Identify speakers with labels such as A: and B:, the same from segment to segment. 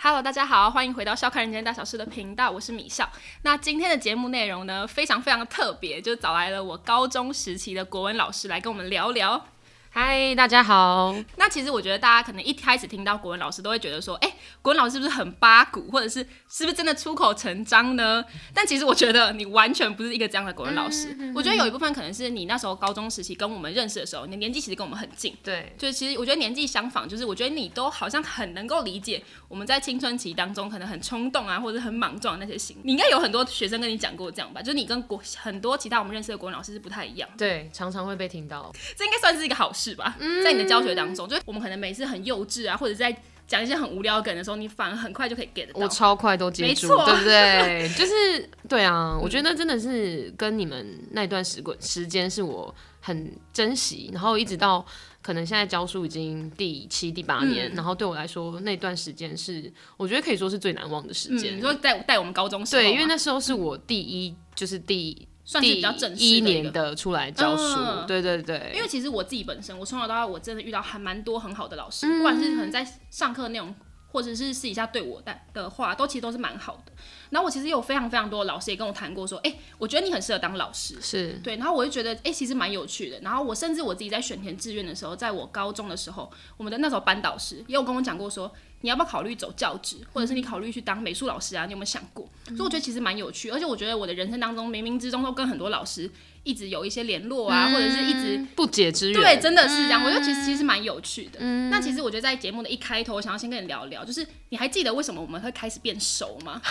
A: Hello，大家好，欢迎回到《笑看人间大小事》的频道，我是米笑。那今天的节目内容呢，非常非常特别，就找来了我高中时期的国文老师来跟我们聊聊。
B: 嗨，大家好。
A: 那其实我觉得大家可能一开始听到国文老师都会觉得说，哎、国文老师是不是很八股，或者是是不是真的出口成章呢？但其实我觉得你完全不是一个这样的国文老师。我觉得有一部分可能是你那时候高中时期跟我们认识的时候，你的年纪其实跟我们很近。
B: 对，
A: 就是其实我觉得年纪相仿，就是我觉得你都好像很能够理解我们在青春期当中可能很冲动啊，或者很莽撞的那些行为。你应该有很多学生跟你讲过这样吧？就是你跟国很多其他我们认识的国文老师是不太一样的，
B: 对，常常会被听到。
A: 这应该算是一个好事吧？在你的教学当中，就是我们可能每次很幼稚啊，或者在讲一些很无聊的梗的时候，你反而很快就可以 get 得
B: 我
A: 到。
B: 超快都接住
A: 没，错嗯
B: 对不对？ 就是对啊，我觉得真的是跟你们那段时光时间是我很珍惜，然后一直到可能现在教书已经第七、第八
A: 嗯
B: 年，然后对我来说那段时间是我觉得可以说是最难忘的时
A: 嗯，
B: 间。
A: 你说带带我们高中时候嘛，
B: 对，因为那时候是我第一，就是第
A: 算是
B: 第
A: 比较正式的
B: 一
A: 个
B: 年的出来教书，
A: 嗯
B: 对对对，
A: 因为其实我自己本身，我从小到大我真的遇到还蛮多很好的老师，不管是可能在上课内容，或者是私底下对我的的话，都其实都是蛮好的。然后我其实有非常非常多的老师也跟我谈过说，哎、我觉得你很适合当老师。
B: 是
A: 对，然后我就觉得，哎、其实蛮有趣的。然后我甚至我自己在选填志愿的时候，在我高中的时候，我们的那时候班导师也有跟我讲过说，你要不要考虑走教职，或者是你考虑去当美术老师啊？你有没有想过？所以我觉得其实蛮有趣，而且我觉得我的人生当中冥冥之中都跟很多老师一直有一些联络啊，或者是一直
B: 不解之缘，
A: 对，真的是这样。我觉得其
B: 嗯
A: 实其实蛮有趣的。那其实我觉得在节目的一开头，我想要先跟你聊聊，就是你还记得为什么我们会开始变熟 吗？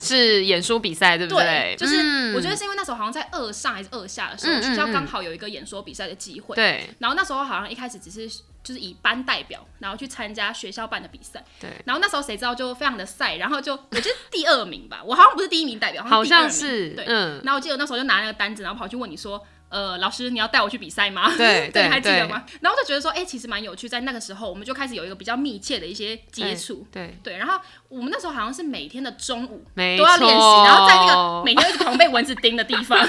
B: 是演说比赛，对不对？嗯
A: 就是我觉得是因为那时候好像在二上还是二下的时候，学校刚好有一个演说比赛的机会。
B: 对
A: 然后那时候好像一开始只是就是以班代表，然后去参加学校办的比赛。
B: 对。
A: 然后那时候谁知道就非常的晒，然后就 我记得第二名吧，我好像不是第一名代表，
B: 好
A: 像
B: 像
A: 是第二名
B: 是，
A: 对
B: 嗯，
A: 然后我记得那时候就拿那个单子，然后跑去问你说，呃，老师你要带我去比赛吗？ 对，
B: 对对
A: 你还记得吗？然后就觉得说，哎、其实蛮有趣，在那个时候我们就开始有一个比较密切的一些接触。
B: 对，
A: 对，然后我们那时候好像是每天的中午
B: 没
A: 都要练习，
B: 错
A: 然后在那个每天一直狂被蚊子叮的地方，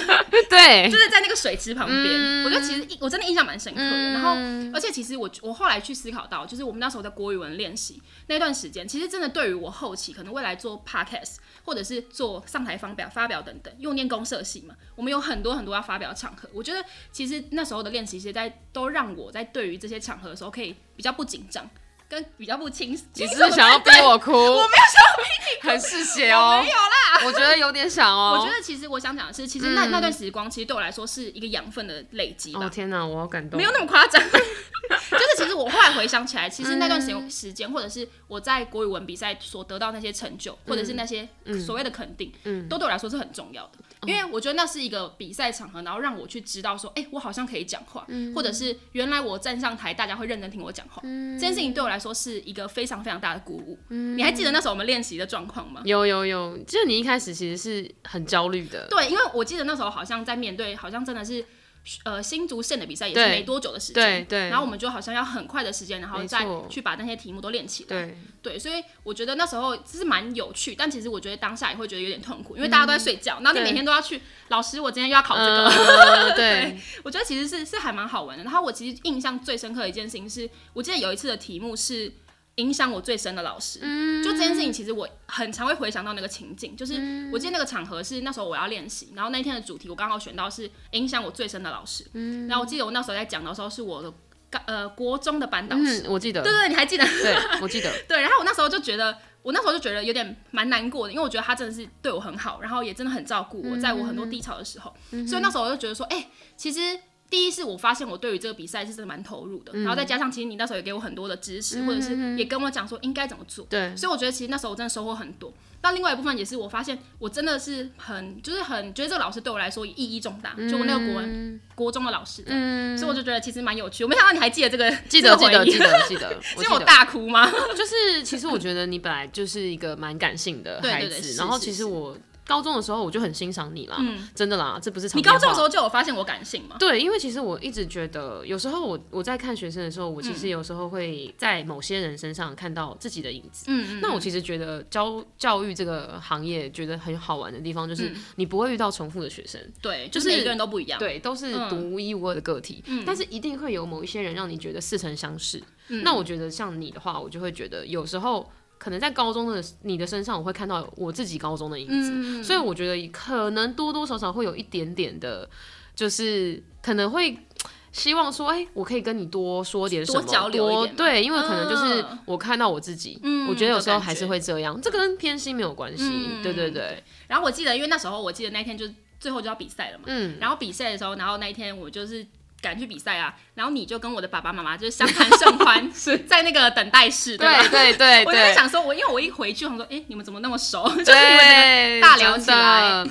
B: 对
A: 就是在那个水池旁边，
B: 嗯
A: 我觉得其实印我真的印象蛮深刻的。然后，而且其实我我后来去思考到，就是我们那时候在国语文练习那段时间，其实真的对于我后期可能未来做 podcast 或者是做上台发表发表等等，因为我念公社系嘛，我们有很多很多要发表的场合。我觉得其实那时候的练习，其实在都让我在对于这些场合的时候，可以比较不紧张，跟比较不轻
B: 你
A: 轻松
B: 是不是
A: 地
B: 想要逼
A: 面对
B: 我哭？我没有想要逼你哭，很嗜血哦，没有啦，我觉得有点想 哦，
A: 我觉得其实我想讲的是，其
B: 嗯
A: 实那、那段时光其实对我来说是一个养分的累积吧。
B: 哦天哪，我好感动，
A: 没有那么夸张，就是其实我后来回想起来，其实那段时间时间，或者是我在国语文比赛所得到那些成就，或者是那些呃所谓的肯定，都对我来说是很重要的。因为我觉得那是一个比赛场合，然后让我去知道说，哎、我好像可以讲话，或者是原来我站上台，大家会认真听我讲话。这件事情对我来说是一个非常非常大的鼓舞。你还记得那时候我们练习的状况吗？
B: 有有有，就是你一开始其实是很焦虑的，
A: 对，因为我记得那时候好像在面对，好像真的是。呃，新竹县的比赛也是
B: 对
A: 没多久的时
B: 对
A: 间，
B: 对
A: 然后我们就好像要很快的时间，然后
B: 没
A: 再
B: 错
A: 去把那些题目都练起来。
B: 对
A: 对，所以我觉得那时候是蛮有趣，但其实我觉得当下也会觉得有点痛苦，因为大家都在睡觉，然后你
B: 嗯对
A: 每天都要去，老师，我今天又要考哦这个，
B: 呃对，
A: 我觉得其实是是还蛮好玩的。然后我其实印象最深刻的一件事情是，我记得有一次的题目是影响我最深的老师。就这件事情，其实我很常会回想到那个情境，就是我记得那个场合是那时候我要练习，然后那一天的主题我刚好选到是影响我最深的老师。然后我记得我那时候在讲的时候是我的高呃国中的班导师，
B: 嗯，我记得
A: 对，对对，你还记得？
B: 对我记得，
A: 对，然后我那时候就觉得，我那时候就觉得有点蛮难过的，因为我觉得他真的是对我很好，然后也真的很照顾我，在我
B: 嗯
A: 很多低潮的时候，所以那时候我就觉得说，哎、其实。第一是我发现我对于这个比赛是真的蛮投入的，
B: 嗯
A: 然后再加上其实你那时候也给我很多的支持，或者是也跟我讲说应该怎么做，
B: 对
A: 所以我觉得其实那时候我真的收获很多。那另外一部分也是我发现我真的是很就是很觉得这个老师对我来说意义重大，就我那个国
B: 嗯
A: 文国中的老师这样，所以我就觉得其实蛮有趣。我没想到你还记得这个，
B: 记得
A: 这
B: 记
A: 个
B: 得
A: 回忆
B: 记， 得记得，我
A: 是
B: 记
A: 我
B: 得。
A: 大哭吗？
B: 就是其实我觉得你本来就是一个蛮感性的
A: 对对
B: 孩
A: 对
B: 子，
A: 是
B: 然后
A: 是
B: 其实
A: 是嗯
B: 我高中的时候我就很欣赏你啦，真的啦，这不是场
A: 你高
B: 面
A: 中的
B: 话
A: 时候就有发现我感性吗？
B: 对，因为其实我一直觉得，有时候我我在看学生的时候，我其实有时候会在某些人身上看到自己的影子。
A: 嗯，
B: 那我其实觉得教教育这个行业，觉得很好玩的地方就是
A: 嗯
B: 你不会遇到重复的学生，
A: 对，
B: 就
A: 就是是每个人都不一样。
B: 嗯对，都
A: 嗯
B: 是独一无二的个体，但是一定
A: 嗯
B: 会有某一些人让你觉得似曾相识。那我觉得像你的话，我就会觉得有时候。可能在高中的你的身上，我会看到我自己高中的影子，
A: 嗯，
B: 所以我觉得可能多多少少会有一点点的，就是可能会希望说，哎、我可以跟你多说点什么，
A: 多交流一
B: 多
A: 点嘛
B: 对，因为可能就是
A: 嗯
B: 我看到我自己，
A: 嗯
B: 我觉得有
A: 的
B: 时候
A: 感
B: 还是
A: 觉
B: 会这样，这跟偏心没有关系，
A: 嗯
B: 对对对，
A: 然后我记得，因为那时候我记得那天就是最后就要比赛了嘛，
B: 嗯，
A: 然后比赛的时候，然后那一天我就是赶去比赛啊，然后你就跟我的爸爸妈妈就是相谈甚欢， 是在那个等待室，对吧？
B: 对对 对
A: 我就在
B: 对。
A: 想说，我因为我一回去，我想说，哎、你们怎么那么熟？就是你们
B: 对，
A: 大聊
B: 真
A: 起来
B: 的，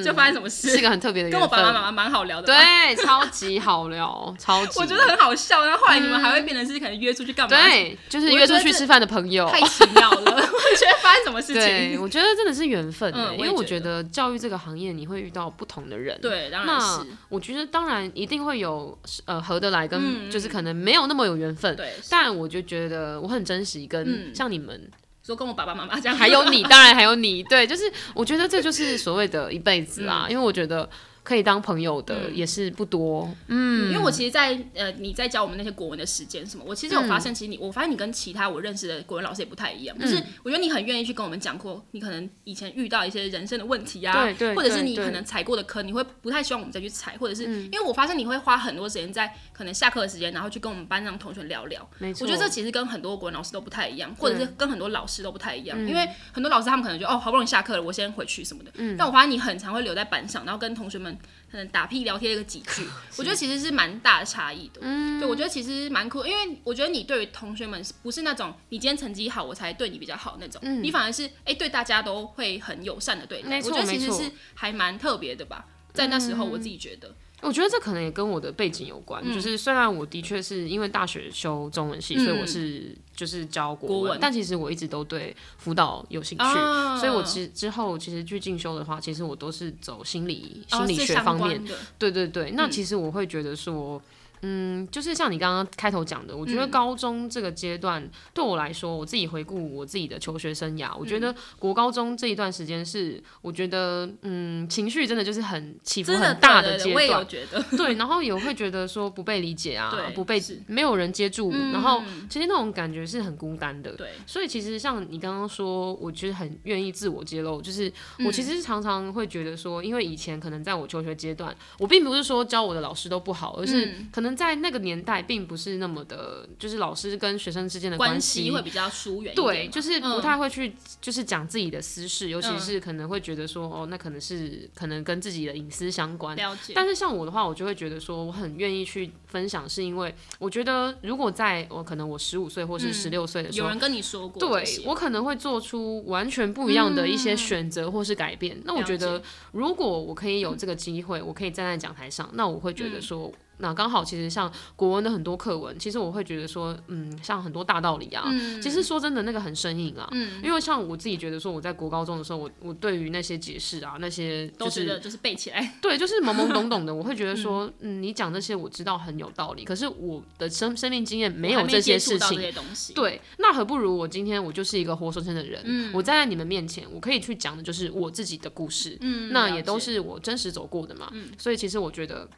A: 就发生什么
B: 是
A: 事？
B: 个很特别的缘
A: 跟
B: 分。
A: 我爸爸妈妈蛮好聊的，，
B: 对，超级好 聊，超级。
A: 我觉得很好笑。然后后来你们还会变成是可能约出去干嘛？，
B: 嗯对，就是
A: 我
B: 约
A: 觉
B: 出
A: 得
B: 去
A: 这
B: 吃饭的朋友。
A: 太奇妙了， 我觉得发生什么事
B: 对，
A: 情？
B: 我觉得真的是缘分、
A: 嗯
B: 欸，因
A: 我
B: 为
A: 也
B: 我
A: 觉
B: 觉得教育这个行业你会遇到不同的人。。
A: 对，当然
B: 那
A: 是，
B: 我觉得当然一定会有呃合得来
A: 嗯
B: 跟就是
A: 嗯
B: 可能没有那么有缘分，
A: 对，
B: 但我就觉得我很珍惜跟
A: 嗯
B: 像 你们，
A: 说跟我爸爸妈妈这样，
B: 还有你，当然还有你， 对，就是我觉得这就是所谓的一辈子
A: 嗯
B: 啦，因为我觉得可以当朋友的也是不多，
A: 嗯，因为我其实在，呃，你在教我们那些国文的时间什么，我其实有发
B: 嗯
A: 现，其实你，我发现你跟其他我认识的国文老师也不太一样，就是我觉得你很愿意去跟我们讲过，你可能以前遇到一些人生的问题啊，
B: 对对
A: 或者是你
B: 对对嗯
A: 可能踩过的坑，你会不太希望我们再去踩，或者是、因为我发现你会花很多时间在可能下课的时间，然后去跟我们班上同学聊聊。
B: 没
A: 我
B: 错。嗯
A: 觉得这其实跟很多国文老师都不太一样，或者是跟很多老师都不太一样，因为很多老师他们可能就哦，好不容易下课了，我先回去什么的。
B: 嗯
A: 但我发现你很常会留在班上，然后跟同学们可能打屁聊天个几 句，我觉得其实是蛮大的差异的。
B: 嗯
A: 对，我觉得其实蛮酷，因为我觉得你对于同学们是不是那种你今天成绩好我才对你比较好那种，你反而是哎、对大家都会很友善的对待。
B: 嗯没
A: 我
B: 错
A: 觉得其实
B: 没错嗯
A: 是还蛮特别的吧，在那时候我自己觉得，
B: 我觉得这可能也跟我的背景有关，
A: 嗯
B: 就是虽然我的确是因为大学修中文系，所以我是就是教国文，
A: 嗯国文
B: 但其实我一直都对辅导有兴趣，
A: 啊
B: 所以我之之后其实去进修的话，其实我都是走心理
A: 哦
B: 心理
A: 是
B: 学
A: 相
B: 方
A: 关嗯
B: 面，
A: 的，
B: 对对对。那其实我会觉得说。嗯，就是像你刚刚开头讲的，我觉
A: 嗯
B: 得高中这个阶段、对我来说，我自己回顾我自己的求学生涯，我觉
A: 嗯
B: 得国高中这一段时间是，我觉得嗯，情绪真的就是很起伏
A: 真的
B: 很大
A: 对对
B: 阶
A: 对我也
B: 段
A: 有，觉得，
B: 对，然后也会觉得说不被理解啊
A: 对，
B: 不被
A: 是
B: 没有人接住，然后
A: 嗯
B: 其实那种感觉是很孤单的。
A: 对。
B: 所以其实像你刚刚说，我其实很愿意自我揭露，就是
A: 嗯
B: 我其实常常会觉得说，因为以前可能在我求学阶段，我并不是说教我的老师都不好，而是
A: 嗯
B: 可能在那个年代并不是那么的，就是老师跟学生之间的
A: 关
B: 系
A: 系会比较疏远一点嘛。
B: 对，就是不
A: 嗯
B: 太会去，就是讲自己的私事，尤其
A: 嗯
B: 是可能会觉得说，哦，那可能是可能跟自己的隐私相关，
A: 了解。
B: 但是像我的话，我就会觉得说，我很愿意去分享，是因为我觉得如果在我可能我十五岁或是十六岁的时
A: 嗯有
B: 候，
A: 人跟你说过
B: 对
A: 这些，
B: 我可能会做出完全不一样的一些选择或是改变。那我
A: 嗯了
B: 觉得
A: 解，
B: 如果我可以有这个机会，我可以站在讲台上，那我会
A: 嗯
B: 觉得说。那刚好，其实像国文的很多课文，其实我会觉得说，嗯，像很多大道理啊，
A: 嗯
B: 其实说真的，那个很生硬啊，因为像我自己觉得说，我在国高中的时候，我我对于那些解释啊，那些
A: 都
B: 就
A: 觉
B: 是
A: 得就是背起来。
B: 对，就是懵懵懂懂的，我会觉得说，嗯，你讲这些我知道很有道理，可是我的生生命经验 没
A: 我
B: 有
A: 还
B: 这些
A: 接触
B: 事
A: 到这
B: 情。
A: 些东西。
B: 对，那何不如我今天我就是一个活生生的人，
A: 嗯
B: 我站在你们面前，我可以去讲的就是我自己的故事，
A: 嗯，
B: 那
A: 了
B: 也都
A: 解嗯
B: 是我真实走过的嘛。所以其实我觉得，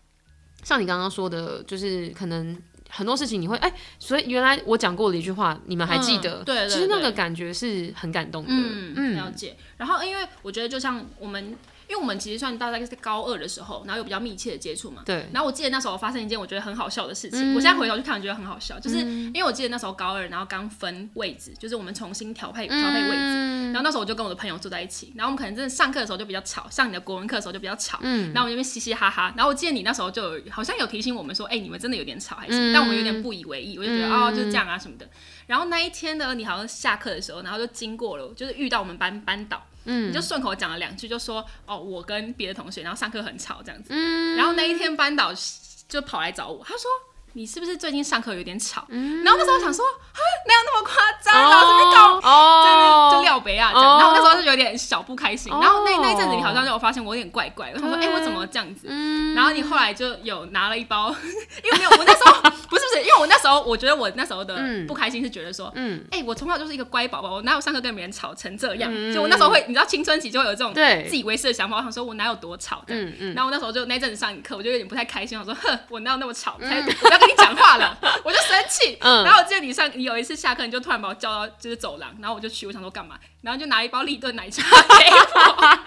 B: 像你刚刚说的，就是可能很多事情你会哎、所以原来我讲过的一句话，你们还记
A: 嗯
B: 得？
A: 对对
B: 其实那
A: 对
B: 个感觉是很感动的。
A: 嗯，了解。然后因为我觉得，就像我们，因为我们其实算大概是高二的时候，然后有比较密切的接触嘛。
B: 对，
A: 然后我记得那时候发生一件我觉得很好笑的事情，我现在回头去看，觉得很好笑，就是因为我记得那时候高二，然后刚分位置，就是我们重新调配调配位置，然后那时候我就跟我的朋友坐在一起，然后我们可能真的上课的时候就比较吵，上你的国文课的时候就比较吵，然后我们这边嘻嘻哈哈，然后我记得你那时候就有好像有提醒我们说，哎、你们真的有点吵还是什么，但我们有点不以为意，我就觉得、哦就是这样啊什么的。然后那一天呢，你好像下课的时候，然后就经过了，就是遇到我们班班导。你就顺口讲了两句，就说哦，我跟别的同学，然后上课很吵这样子。然后那一天班导就跑来找我，他说你是不是最近上课有点吵？然后那时候我想说啊，哪有那么夸张，老师被告
B: 嗯哦哦
A: 在那就廖北亚啊这样，
B: 哦
A: 然后那时候就有点小不开心，
B: 哦
A: 然后那那一阵子你好像就有发现我有点怪怪，我想说，哎、
B: 对
A: 我怎么这样子？
B: 嗯
A: 然后你后来就有拿了一包， 因为没有我那时候不是不是，因为我那时候我觉得我那时候的不开心是觉得说，嗯，哎、我从小就是一个乖宝宝，我哪有上课跟别人吵成这样？就我那时候会，你知道青春期就会有这种
B: 嗯对
A: 自以为是的想法，我想说我哪有多吵的。
B: 嗯嗯，
A: 然后我那时候就 那一阵子上你课，我就有点不太开心，我说哼，我哪有那么吵，才、我不要跟你讲话了，我就生气。
B: 嗯
A: 然后我记得你上你有一次下课，你就突然把我叫到就是走廊，然后我就去，我想说干嘛，然后就拿一包立顿奶茶给 我，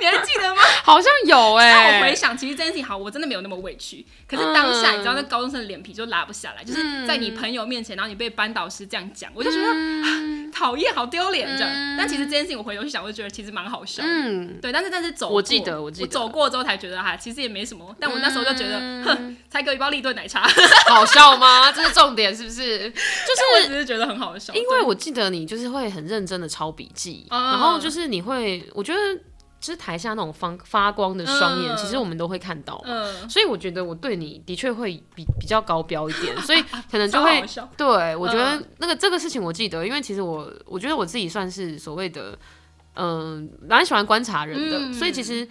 A: 你还记得吗？
B: 好像有哎、
A: 但我回想，其实这件事情好，我真的没有那么委屈。可是当下，你知道
B: 嗯
A: 那高中生的脸皮就拉不下来，就是在你朋友面前，然后你被班导师这样讲，我就觉得
B: 嗯
A: 啊讨厌，好丢脸这样。但其实这件事情我回头去想，我就觉得其实蛮好笑的。
B: 嗯，
A: 对，但是但是走过，
B: 我记得我记得嗯
A: 走过之后才觉得哈，其实也没什么。但我那时候就觉得，哼，才给我一包立顿奶茶，
B: 好笑吗？这是重点是 不是？
A: 但我只是觉得很好笑。
B: 因
A: 对
B: 为我记得你就是会很认真的抄笔记，
A: 嗯
B: 然后就是你会，我觉得就是台下那种发发光的双眼，
A: 嗯
B: 其实我们都会看到嘛。
A: 嗯，
B: 所以我觉得我对你的确会比比较高标一点，所以可能就
A: 超
B: 会
A: 好笑。
B: 对，我觉得
A: 嗯
B: 那个、这个事情我记得，因为其实我我觉得我自己算是所谓的，嗯、蛮喜欢观察人的，
A: 嗯
B: 所以其实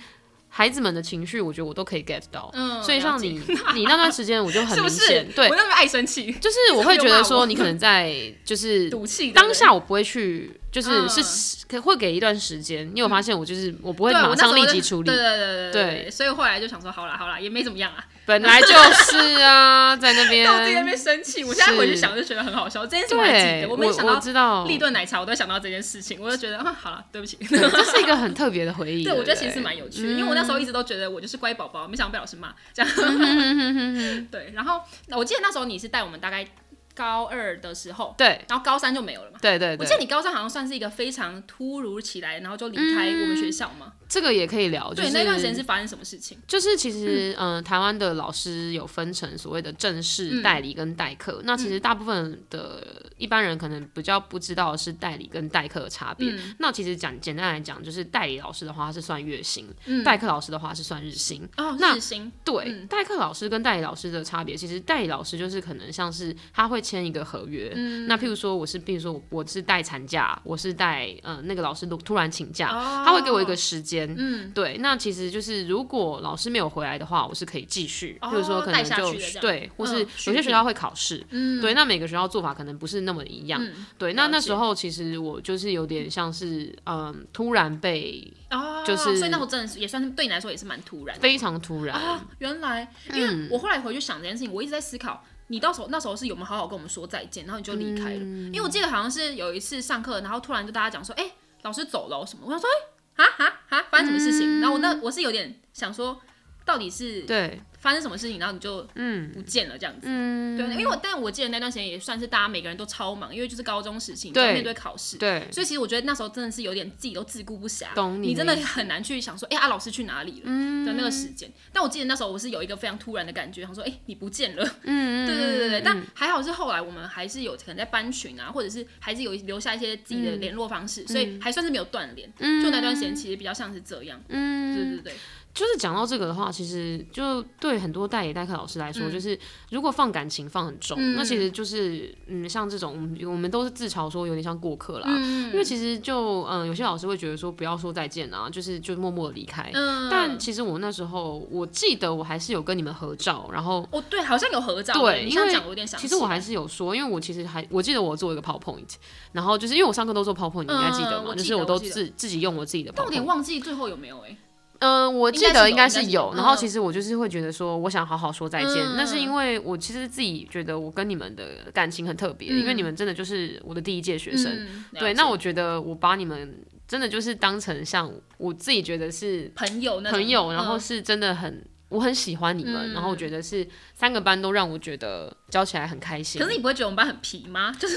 B: 孩子们的情绪，我觉得我都可以 get 到。
A: 嗯，
B: 所以像
A: 了解
B: 你你那段时间，我就很
A: 是不
B: 明
A: 是
B: 显？对
A: 我，那么爱生气，
B: 就是我会觉得
A: 你是不是又骂我
B: 说你可能在就是
A: 赌气。对不
B: 当
A: 对
B: 下我不会去，就是
A: 嗯
B: 是可会给一段时间。你有发现我就是我不会
A: 对啊
B: 马
A: 我那时
B: 上
A: 候
B: 立
A: 就
B: 即处理
A: 对，对对对对
B: 对
A: 对，所以后来就想说，好啦好啦，也没怎么样啊。
B: 本来就是啊，在那 边
A: 但我自己在那边生气，我现在回去
B: 是
A: 想就觉得很好笑。这件事情我还记
B: 对，
A: 得，
B: 我
A: 我没想
B: 我
A: 到
B: 知道，
A: 立顿奶茶，我都想到这件事情，我就觉得啊，好了，对不起。
B: 对这是一个很特别的回 忆。
A: 对，我觉得其实是
B: 对不对
A: 蛮有趣的，因为我那时候一直都觉得我就是乖宝宝，没想到被老师骂这
B: 嗯
A: 样。对，然后我记得那时候你是带我们大概高二的时候，
B: 对
A: 然后高三就没有了嘛。
B: 对对
A: 我记得
B: 对，
A: 你高三好像算是一个非常突如其来，然后就离开我们学校嘛。
B: 这个也可以嗯聊。就
A: 对，
B: 是
A: 那段时间是发生什么事情？
B: 就是其实，嗯、台湾的老师有分成所谓的正式
A: 嗯
B: 代理跟代课。那其实大部分的一般人可能比较不知道的是代理跟代课的差别。
A: 嗯
B: 那其实讲简单来讲，就是代理老师的话是算月薪，
A: 嗯，
B: 代课老师的话是算日薪。
A: 哦，
B: 那
A: 日薪，
B: 对，
A: 嗯
B: 代课老师跟代理老师的差别，其实代理老师就是可能像是他会签一个合约。
A: 嗯
B: 那譬如说，我是，譬如说我我是带产假，我是带嗯、呃那个老师突然请假，他会给我一个时间，
A: 哦嗯，
B: 对，那其实就是如果老师没有回来的话，我是可以继续，
A: 哦
B: 比如说可能
A: 带下
B: 就
A: 去的这样
B: 对，或是
A: 嗯
B: 有
A: 续
B: 些学
A: 聘
B: 校会考试，
A: 嗯
B: 对，那每个学校做法可能不是那么一样，
A: 嗯
B: 对，那
A: 了
B: 那时
A: 解
B: 候其实我就是有点像是嗯，突然被
A: 哦，
B: 就是
A: 所以那时候真的是也算是对你来说也是蛮突然的
B: 非常突然，
A: 啊。原来，因为
B: 嗯
A: 我后来回去想这件事情，我一直在思考，你到时候那时候是有没有好好跟我们说再见，然后你就离开了。
B: 嗯
A: 因为我记得好像是有一次上课，然后突然就大家讲说，哎、老师走了哦什么？我想说，哎、啊啊啊，发生什么事
B: 嗯
A: 情？然后我那我是有点想说，到底是
B: 对，
A: 发生什么事情，然后你就嗯不见了这样子。
B: 嗯，
A: 对，因为我但我记得那段时间也算是大家每个人都超忙，因为就是高中时期，你
B: 对
A: 就要面对考试，
B: 对，
A: 所以其实我觉得那时候真的是有点自己都自顾不暇，
B: 懂
A: 你
B: 你
A: 真
B: 的嗯
A: 的很难去想说，哎、啊老师去哪里了、的那个时间。但我记得那时候我是有一个非常突然的感觉，想说，哎、你不见了。嗯，对对对对。但还好是后来我们还是有可能在班群啊，或者是还是有留下一些自己
B: 嗯
A: 的联络方式、所以还算是没有断联、就那段时间其实比较像是这样。嗯，对对对，
B: 就是讲到这个的话，其实就对很多代理代课老师来
A: 嗯
B: 说，就是如果放感情放很重，那其实就是嗯，像这种我们我们都是自嘲说有点像过客啦，
A: 嗯
B: 因为其实就嗯、呃有些老师会觉得说不要说再见啊，就是就默默地离开。
A: 嗯。
B: 但其实我那时候我记得我还是有跟你们合照，然后
A: 哦，对，好像有合照。
B: 对
A: 你
B: 因
A: 这样
B: 为
A: 讲我有点想起
B: 其
A: 来。
B: 实我还是有说，因为我其实还我记得我做一个 PowerPoint，然后就是因为我上课都做 PowerPoint，你应该记得
A: 嗯
B: 嘛，
A: 我
B: 就
A: 记
B: 是
A: 得
B: 我都
A: 我记得
B: 自自己用我自己的 PowerPoint。
A: 但我有点忘记最后有没有哎、
B: 嗯，我记
A: 应该
B: 得
A: 是有
B: 应该
A: 应该
B: 是
A: 是
B: 有
A: 有。
B: 然后
A: 嗯
B: 其实我就是会觉得说，我想好好说再见，
A: 嗯
B: 那是因为我其实自己觉得我跟你们的感情很特别，因为你们真的就是我的第一届学生。
A: 嗯、了解
B: 对，那我觉得我把你们真的就是当成像我自己觉得是
A: 朋友那种
B: 朋友，然后
A: 嗯
B: 是真的很。我很喜欢你们，然后我觉得是三个班都让我觉得教起来很开心。
A: 可是你不会觉得我们班很皮吗？就是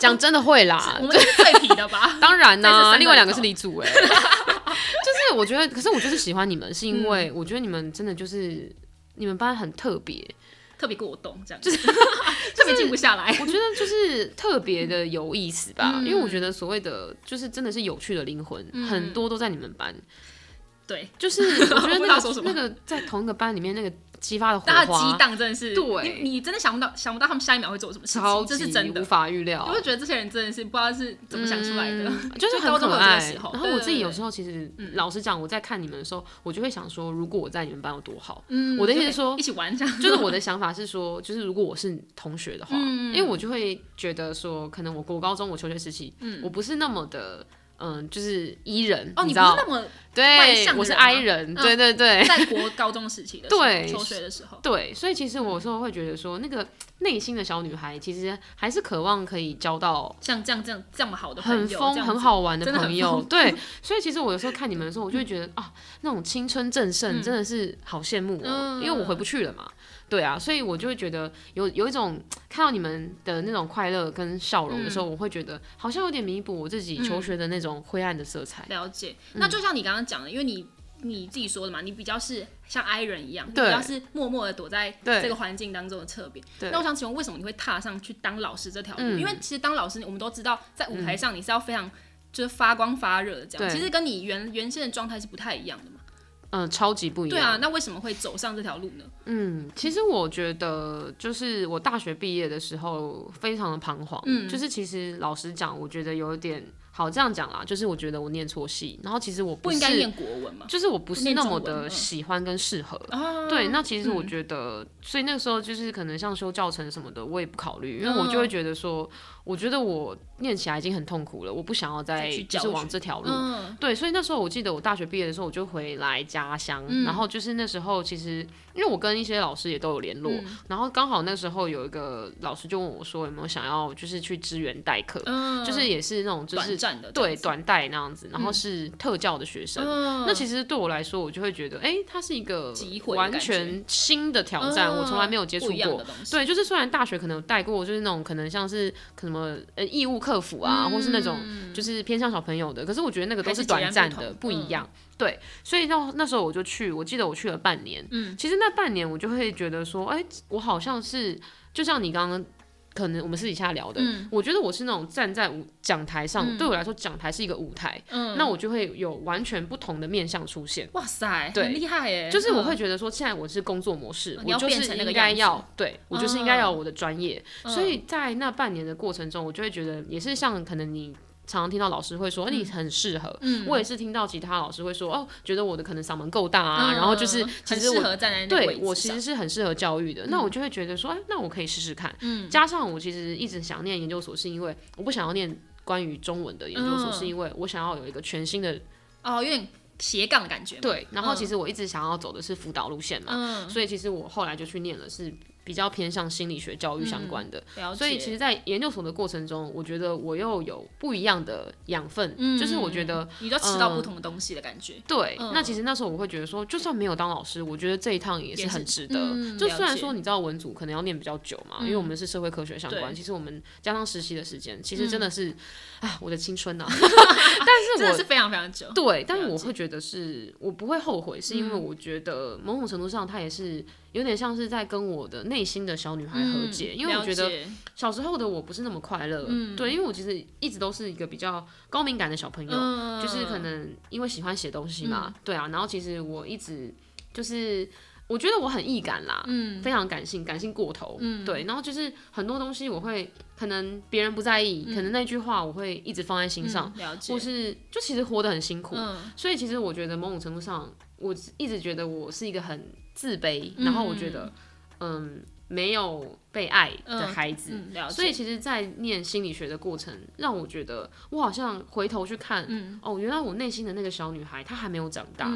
B: 讲真的会 啦，
A: 我们是最皮的吧？
B: 当然
A: 再次
B: 啦、
A: 三段
B: 另外两个
A: 跳
B: 是李祖 哎，就是我觉得，可是我就是喜欢你们，是因
A: 嗯
B: 为我觉得你们真的就是你们班很特别，
A: 特别过动这样，就是 特别静不下来。
B: 我觉得就是特别的有意思吧，
A: 嗯
B: 因为我觉得所谓的就是真的是有趣的灵魂，很多都在你们 班，
A: 对，
B: 就是我觉得
A: 我不知
B: 那
A: 道说
B: 个
A: 什么
B: 那个在同一个班里面那个激发的火
A: 大家的
B: 花
A: 激，荡真的是，
B: 对
A: 你你真的想不到想不到他们下一秒会做什么事
B: 超
A: 情，
B: 级
A: 这是真
B: 无
A: 的。
B: 法预料
A: 我，就觉得这些人真的是不知道是怎么想出来的，
B: 就是很
A: 高中会有这个
B: 可爱
A: 时。候嗯
B: 然后我自己有时
A: 候，
B: 候其实老实讲，我在看你们的时候，我就会想说，如果我在你们班有多好。
A: 嗯
B: 我的意思
A: 就是
B: 说
A: 一起玩这 样，
B: 就是我的想法是说，就是如果我是同学
A: 嗯
B: 的话，因为我就会觉得说，可能我国高中我求学时期，我不是那么的嗯，就是伊人，
A: 嗯哦，
B: 你
A: 你
B: 知
A: 不是
B: 道
A: 那 么外
B: 对
A: 向，的
B: 我是
A: 人吗
B: I 人，
A: 嗯
B: 对对对、
A: 在国高中时期的时候
B: 对
A: 求学的时候，
B: 对，所以其实我有时候会觉得说，那个内心的小女孩其实还是渴望可以交到
A: 像这样这样这么好的朋
B: 很
A: 友，
B: 疯、
A: 这样子
B: 很好玩的
A: 真的
B: 朋
A: 很
B: 友，
A: 疯嗯
B: 对， 所以其实我有时候看你们的时候，我就会觉得啊，那种青春正盛真的是好羡慕哦，
A: 嗯
B: 因为我回不去了嘛，对啊，所以我就会觉得有有一种看到你们的那种快乐跟笑容的时候，
A: 嗯
B: 我会觉得好像有点弥补我自己求学的那种灰暗的色彩，
A: 了解。
B: 嗯
A: 那就像你刚刚讲的，因为你你自己说的嘛，你比较是像 I 人一样，你比
B: 对
A: 较是默默的躲在
B: 对
A: 这个环境当中的侧边。
B: 对嗯
A: 那我想请问，为什么你会踏上去当老师这条路？因为其实当老师，我们都知道，在舞台上你是要非常就是发光发热的这样，
B: 对
A: 其实跟你原原先的状态是不太一样的嘛。
B: 嗯、超级不一样，
A: 对啊，那为什么会走上这条路呢？
B: 嗯，其实我觉得，就是我大学毕业的时候非常的彷徨，
A: 嗯
B: 就是其实老实讲，我觉得有一点好这样讲啦，就是我觉得我念错戏，然后其实我
A: 不
B: 是
A: 应该念国文嘛？
B: 就是我不是
A: 念
B: 那
A: 中
B: 么
A: 文
B: 的
A: 嗯
B: 喜欢跟适合。
A: 啊，
B: 对，那其实我觉得，所以那个时候就是可能像修教程什么的，我也不考虑，因
A: 嗯
B: 为我就会觉得说，我觉得我念起来已经很痛苦了，我不想要再
A: 再去
B: 就是
A: 教
B: 往
A: 学
B: 这条路。
A: 嗯，
B: 对，所以那时候我记得我大学毕业的时候，我就回来家乡，
A: 嗯
B: 然后就是那时候其实因为我跟一些老师也都有联
A: 嗯
B: 络，然后刚好那时候有一个老师就问我说有没有想要就是去支援代课，
A: 嗯
B: 就是也是那种就
A: 短
B: 是
A: 暂的这样
B: 对
A: 子，嗯
B: 短代那样子，然后是特教的学生。那其实对我来说，我就会觉得，哎、它是一个
A: 机会的
B: 完
A: 感觉嗯
B: 全新的挑战，我从来没有接触
A: 不一样
B: 过
A: 的。东西。
B: 对，就是虽然大学可能有带过，就是那种可能像是可什么呃义务客服啊，或是那种就是偏向小朋友的，可是我觉得那个都
A: 嗯还是截
B: 短
A: 然不
B: 暂
A: 同
B: 的，不一
A: 嗯
B: 样。对，所以到那时候我就去，我记得我去了半年。嗯，其实那半年我就会觉得说，哎、我好像是就像你刚刚。可能我们私底下聊的，
A: 嗯
B: 我觉得我是那种站在舞讲台上，对我来说讲台是一个舞台，
A: 嗯
B: 那我就会有完全不同的面向出现。
A: 哇塞，
B: 对
A: 很厉害耶！
B: 就是我
A: 嗯
B: 会觉得说，现在我是工作模式
A: 哦，你
B: 我
A: 要
B: 就
A: 变
B: 是
A: 成那个
B: 应该
A: 样子
B: 要，对我就是应该
A: 嗯
B: 要我的专业。所以在那半年的过程中，我就会觉得也是像可能你。常常听到老师会说
A: 嗯
B: 哎你很适合，我也是听到其他老师会说哦，觉得我的可能嗓门够大啊，
A: 嗯
B: 然后就是
A: 嗯
B: 其
A: 很
B: 实
A: 适
B: 我
A: 合站在那个位
B: 对
A: 置
B: 我其
A: 上嗯
B: 实是很适合教育的，那我就会觉得说，哎，那我可以试试看。加上我其实一直想念研究所，是因为我不想要念关于中文的研究所，
A: 嗯
B: 是因为我想要有一个全新的
A: 哦，有点斜杠的感觉嘛。
B: 对，然后
A: 嗯
B: 其实我一直想要走的是辅导路线嘛，所以其实我后来就去念了是比较偏向心理学教育相关的。
A: 嗯了解。
B: 所以其实，在研究所的过程中，我觉得我又有不一样的养分，就是我觉得
A: 你就吃到不
B: 嗯
A: 同的东西的感觉。
B: 对，
A: 嗯
B: 那其实那时候我会觉得说，就算没有当老师，我觉得这一趟也是
A: 也是
B: 很值得。
A: 嗯
B: 就
A: 了
B: 虽然
A: 解嗯
B: 说你知道文组可能要念比较久嘛，因为我们是社会科学相关，
A: 对嗯
B: 其实我们加上实习的时间，其实真的是，啊、我的青 春呐、但是
A: 真
B: 我
A: 的是非常非常久。
B: 对，但是
A: 了
B: 我
A: 解嗯
B: 会觉得是我不会后悔，是因为我觉得某种程度上，它也是有点像是在跟我的内心的小女孩和解，因为我
A: 嗯了
B: 觉得
A: 解嗯
B: 小时候的我不是那么快乐，对，因为我其实一直都是一个比较高敏感的小朋友，
A: 嗯
B: 就是可能因为喜欢写东西嘛，对啊，然后其实我一直就是。我觉得我很易感啦，嗯，非常感性，感性过头，嗯，对，然后就是很多东西我会可能别人不在意，可能那句话我会一直放在心上，
A: 嗯了解嗯
B: 或，是就其实活得很辛苦，所以其实我觉得某种程度上，我一直觉得我是一个很自卑，然后我
A: 嗯
B: 觉得嗯没有被爱的孩子，
A: 嗯，了解。
B: 所以其实，在念心理学的过程，让我觉得我好像回头去看，
A: 嗯
B: 哦，原来我内心的那个小女孩她还没有长大，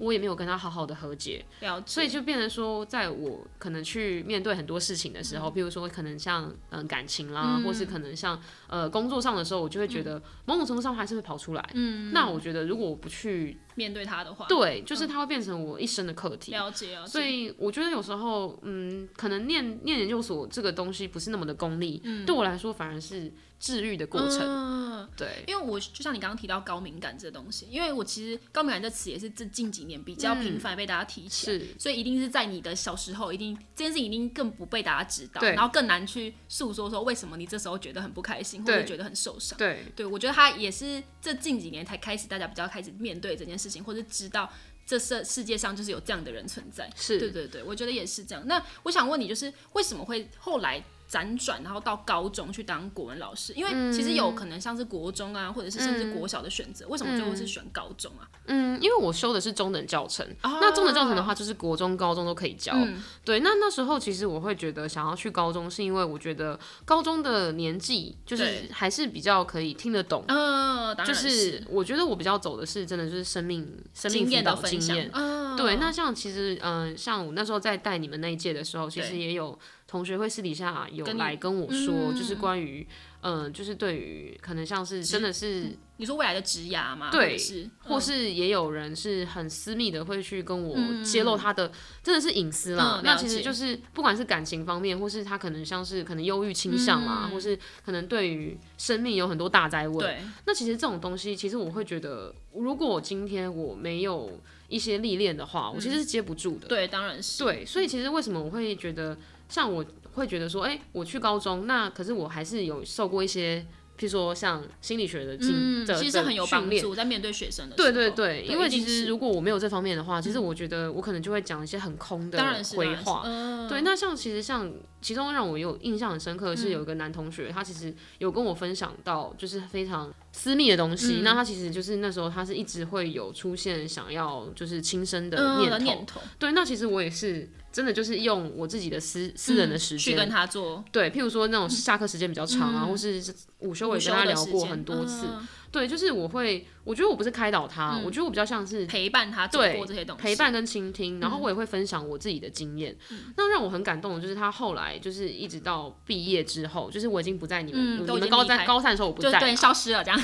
B: 我也没有跟她好好的和解，
A: 了解，
B: 所以就变成说，在我可能去面对很多事情的时候，譬如说可能像嗯、呃感情啦，或是可能像呃工作上的时候，我就会觉得某种程度上还是会跑出来。嗯，那我觉得如果我不去，
A: 面对他的话，
B: 对，就是它会变成我一生的课题。
A: 嗯了解了解。
B: 所以我觉得有时候，嗯，可能念念研究所这个东西不是那么的功利，对我来说反而是治愈的过程。对，
A: 因为我就像你刚刚提到高敏感这东西，因为我其实高敏感这词也是这近几年比较频繁被大家提起来，
B: 嗯是
A: 所以一定是在你的小时候，一定这件事情一定更不被大家知道，
B: 对
A: 然后更难去诉说说为什么你这时候觉得很不开心，或者
B: 对
A: 觉得很受伤。
B: 对，
A: 对，我觉得他也是这近几年才开始，大家比较开始面对这件事情，或者知道这世世界上就是有这样的人存在。
B: 是
A: 对对对，我觉得也是这样。那我想问你，就是为什么会后来辗转，然后到高中去当国文老师，因为其实
B: 嗯
A: 有可能像是国中啊，或者是甚至国小的选择，为什么最后是选高中啊？
B: 嗯，因为我修的是中等教程，
A: 哦
B: 那中等教程的话就是国中、高中都可以教。
A: 嗯
B: 对，那那时候其实我会觉得想要去高中，是因为我觉得高中的年纪就是
A: 对
B: 还是比较可以听得懂。
A: 嗯，当
B: 就
A: 然
B: 是我觉得我比较走的是真的就是生命生命
A: 经
B: 辅
A: 验
B: 导
A: 的
B: 经
A: 分享
B: 验，，
A: 嗯
B: 对，那像其实，嗯、像我那时候在带你们那一届的时候，其实
A: 对
B: 也有同学会私底下有
A: 跟你
B: 来跟我说，就是关于，嗯、就是对于可能像是真的是，
A: 你说未来的职涯嘛，
B: 对
A: 或者是嗯
B: 或是也有人是很私密的会去跟我揭露他的、真的是隐私啦。
A: 嗯
B: 那
A: 了
B: 其实
A: 解
B: 就是不管是感情方面，或是他可能像是可能忧郁倾向啦，或是可能对于生命有很多大灾问，
A: 嗯对，
B: 那其实这种东西，其实我会觉得，如果我今天我没有一些历练的话，我其实是接不住的。
A: 嗯对，当然是，
B: 对，所以其实为什么我会觉得，像我会觉得说，哎、我去高中，那可是我还是有受过一些，譬如说像心理学的进、
A: 嗯，
B: 的
A: 其实是
B: 的
A: 很有
B: 训
A: 帮
B: 练。
A: 助，在面对学生的时候，
B: 对对对，因为
A: 一定
B: 其实
A: 是嗯
B: 如果我没有这方面的话，其实我觉得我可能就会讲一些很空的
A: 当然是
B: 回
A: 当然是
B: 话。
A: 嗯
B: 对，那像其实像其中让我有印象很深刻的是有一个男同学，他其实有跟我分享到就是非常私密的东
A: 嗯
B: 西。那他其实就是那时候他是一直会有出现想要就是轻生的
A: 嗯
B: 念
A: 的
B: 头，
A: 念头，
B: 对，那其实我也是真的就是用我自己的私私人的时
A: 嗯去跟
B: 间，
A: 他做
B: 对，譬如说那种下课时间比较长啊，或是午休，我
A: 午
B: 也
A: 休
B: 跟他
A: 的
B: 聊
A: 时
B: 过
A: 间
B: 很多次。
A: 嗯
B: 对，就是我会，我觉得我不是开导他，我觉得我比较像是
A: 陪嗯伴他走
B: 对
A: 过这些东西，
B: 陪伴跟倾听，然后我也会分享我自己的经验。
A: 嗯
B: 那让我很感动的就是他后来就是一直到毕业之后，就是我已经不在你们、
A: 嗯都已
B: 你
A: 经
B: 们高
A: 离
B: 三
A: 开
B: 高三的时候我不
A: 就
B: 在
A: 对
B: 嘛
A: 消失了这样，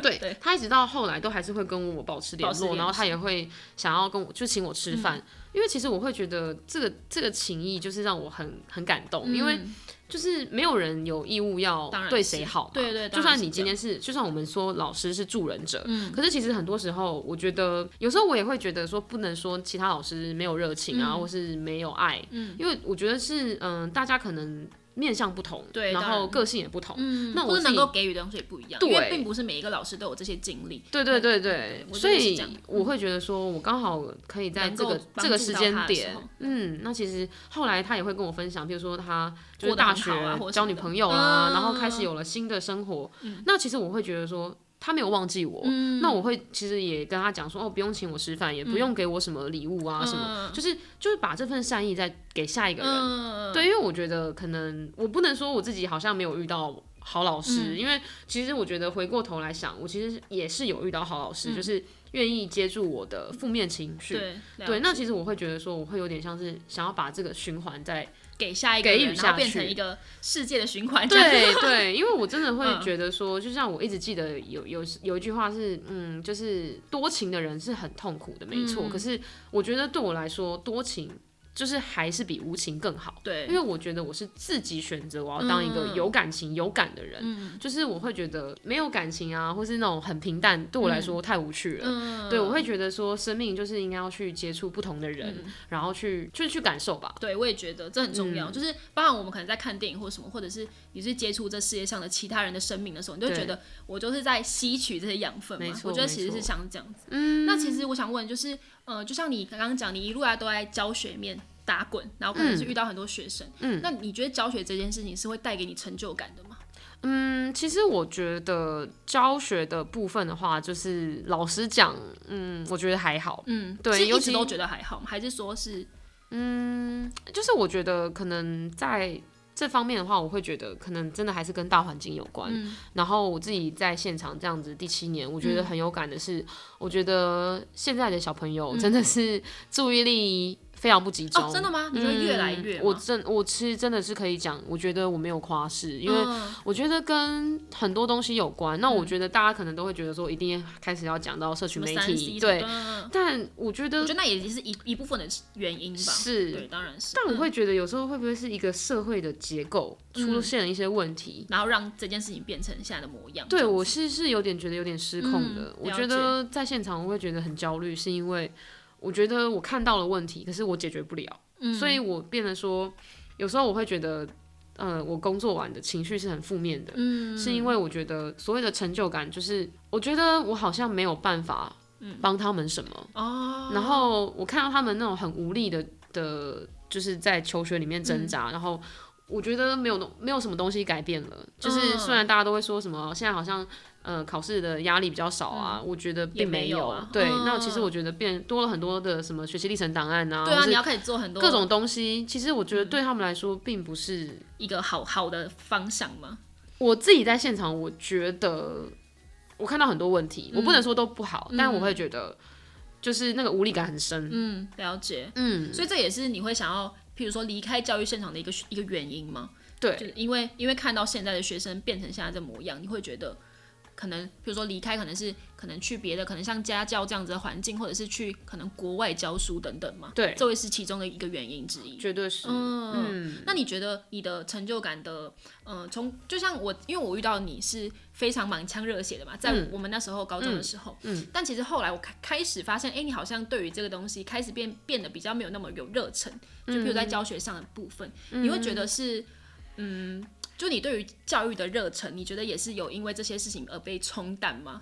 B: 对
A: 对
B: 他一直到后来都还是会跟我保持联
A: 保持
B: 络，
A: 联系嗯
B: 然后他也会想要跟我就请我吃饭，因为其实我会觉得这个这个情谊就是让我很很感动， 因为
A: 嗯
B: 就是没有人有义务要
A: 当然
B: 对
A: 是
B: 谁好嘛，
A: 对对
B: 就
A: 当然
B: 算
A: 是
B: 你
A: 这
B: 今
A: 样
B: 天是，就算我们说老师是助人者，
A: 嗯
B: 可是其实很多时候，我觉得有时候我也会觉得说，不能说其他老师没有热
A: 嗯
B: 情啊，或是没有爱，因为我觉得是嗯、大家可能面向不同，
A: 对
B: 然
A: 当
B: 后
A: 然
B: 个性也不同，
A: 嗯
B: 那我
A: 或者
B: 自
A: 能
B: 己
A: 够给予的东西也不一样，
B: 对
A: 因为并不是每一个老师都有这些经历，
B: 对对对对，
A: 我
B: 所
A: 觉得是
B: 以
A: 这样嗯
B: 我会觉得说，我刚好可以在
A: 能
B: 这
A: 够
B: 个
A: 帮
B: 这个
A: 助
B: 时
A: 到
B: 间
A: 他的时
B: 点
A: 候，
B: 嗯，那其实后来他也会跟我分享，比如说他就是
A: 过得
B: 大
A: 很
B: 学
A: 好啊或者
B: 交
A: 什么
B: 女
A: 的嗯
B: 朋友啦，然后开始有了新的生活，那其实我会觉得说。他没有忘记我，
A: 嗯
B: 那我会其实也跟他讲说，哦，不用请我吃饭，也不用给我什么礼物啊，什么，就是就是把这份善意再给下一个人，
A: 嗯，
B: 对，因为我觉得可能我不能说我自己好像没有遇到好老师，
A: 嗯
B: 因为其实我觉得回过头来想，我其实也是有遇到好老师，就是愿意接住我的负面情绪。
A: 嗯对了
B: 对，那其实我会觉得说，我会有点像是想要把这个循环再
A: 给下一个
B: 给
A: 人
B: 予
A: 然
B: 下
A: 后变成
B: 去
A: 一个世界的循环，这样
B: 对对，因为我真的会觉得说，就像我一直记得有有有一句话是，嗯，就是多情的人是很痛苦的，没错。可是我觉得对我来说，多情就是还是比无情更好。
A: 对
B: 因为我觉得我是自己选择我要当一个有感情、有感的人，就是我会觉得没有感情啊，或是那种很平淡，对我来说太无趣了。对，我会觉得说生命就是应该要去接触不同的人，然后去就是去感受吧。
A: 对，我也觉得这很重
B: 嗯
A: 要。就是包含我们可能在看电影或什么，或者是你是接触这世界上的其他人的生命的时候，你就会
B: 对
A: 觉得我就是在吸取这些养分
B: 没
A: 嘛。
B: 错
A: 我觉得
B: 没
A: 其实
B: 错
A: 是像这样子。嗯，那其实我想问，就是呃，就像你刚刚讲，你一路来都在教学面。打滚，然后可能是遇到很多学生，嗯，那你觉得教学这件事情是会带给你成就感的吗？
B: 嗯，其实我觉得教学的部分的话，就是老实讲，嗯，我觉得还好。
A: 嗯，
B: 对
A: 是
B: 尤
A: 一
B: 其
A: 直都觉得还好吗？还是说是
B: 就是我觉得可能在这方面的话，我会觉得可能真的还是跟大环境有关。
A: 嗯
B: 然后我自己在现场这样子第七年，我觉得很有感的是，我觉得现在的小朋友真的是注意力非常不集中。
A: 嗯哦，真的吗？你觉得越来越吗、
B: 嗯我真我其实真的是可以讲，我觉得我没有夸饰，因为
A: 嗯
B: 我觉得跟很多东西有关。那我觉得大家可能都会觉得说，一定开始要讲到社
A: 什
B: 群
A: 么
B: 媒
A: 三 C
B: 体，
A: 什么
B: 对
A: 的。。嗯嗯
B: 但我觉
A: 我
B: 得
A: 觉得那也是一一部分的原因吧。对，嗯
B: 是，
A: 当然是。
B: 但我会觉得有时候会不会是一个社会的结构
A: 嗯
B: 出现了一些问题？
A: 然后让这件事情变成现在的模样。
B: 对
A: 这样
B: 我
A: 子
B: 是是有点觉得有点失控的。
A: 嗯
B: 我
A: 了
B: 觉
A: 解
B: 得在现场我会觉得很焦虑，是因为我觉得我看到了问题，可是我解决不了，
A: 嗯
B: 所以我变得说，有时候我会觉得。呃，我工作完的情绪是很负面的，
A: 嗯
B: 是因为我觉得所谓的成就感，就是我觉得我好像没有办法帮他们什么，
A: 哦，嗯
B: 然后我看到他们那种很无力的的，就是在求学里面挣扎，然后我觉得没有东没有什么东西改变了，
A: 嗯
B: 就是虽然大家都会说什么现在好像呃考试的压力比较少啊，我觉得
A: 嗯也
B: 并
A: 没
B: 有。
A: 有啊
B: 对，
A: 嗯
B: 那其实我觉得变多了很多的什么学习历程档案啊，
A: 对啊，你
B: 或是
A: 要开始做很多嗯
B: 各种东西，其实我觉得对他们来说并不是。
A: 一个好好的方向嘛。
B: 我自己在现场，我觉得我看到很多问题，我
A: 嗯
B: 不能说都不好，但我会觉得就是那个无力感很深。
A: 嗯，了解。
B: 嗯，
A: 所以这也是你会想要，譬如说离开教育现场的一个一个原因吗？
B: 对
A: 就是因为因为看到现在的学生变成现在这模样，你会觉得可能，比如说离开，可能是可能去别的，可能像家教这样子的环境，或者是去可能国外教书等等嘛。
B: 对，
A: 这会是其中的一个原因之一。
B: 绝对是。
A: 嗯，那你觉得你的成就感的，嗯、从就像我，因为我遇到你是非常满腔热血的嘛，在
B: 嗯
A: 我们那时候高中的时候，嗯，但其实后来我开开始发现，哎、你好像对于这个东西开始变变得比较没有那么有热忱，就比如
B: 嗯
A: 在教学上的部分，你会觉得是，嗯，就你对于教育的热忱，你觉得也是有因为这些事情而被冲淡吗？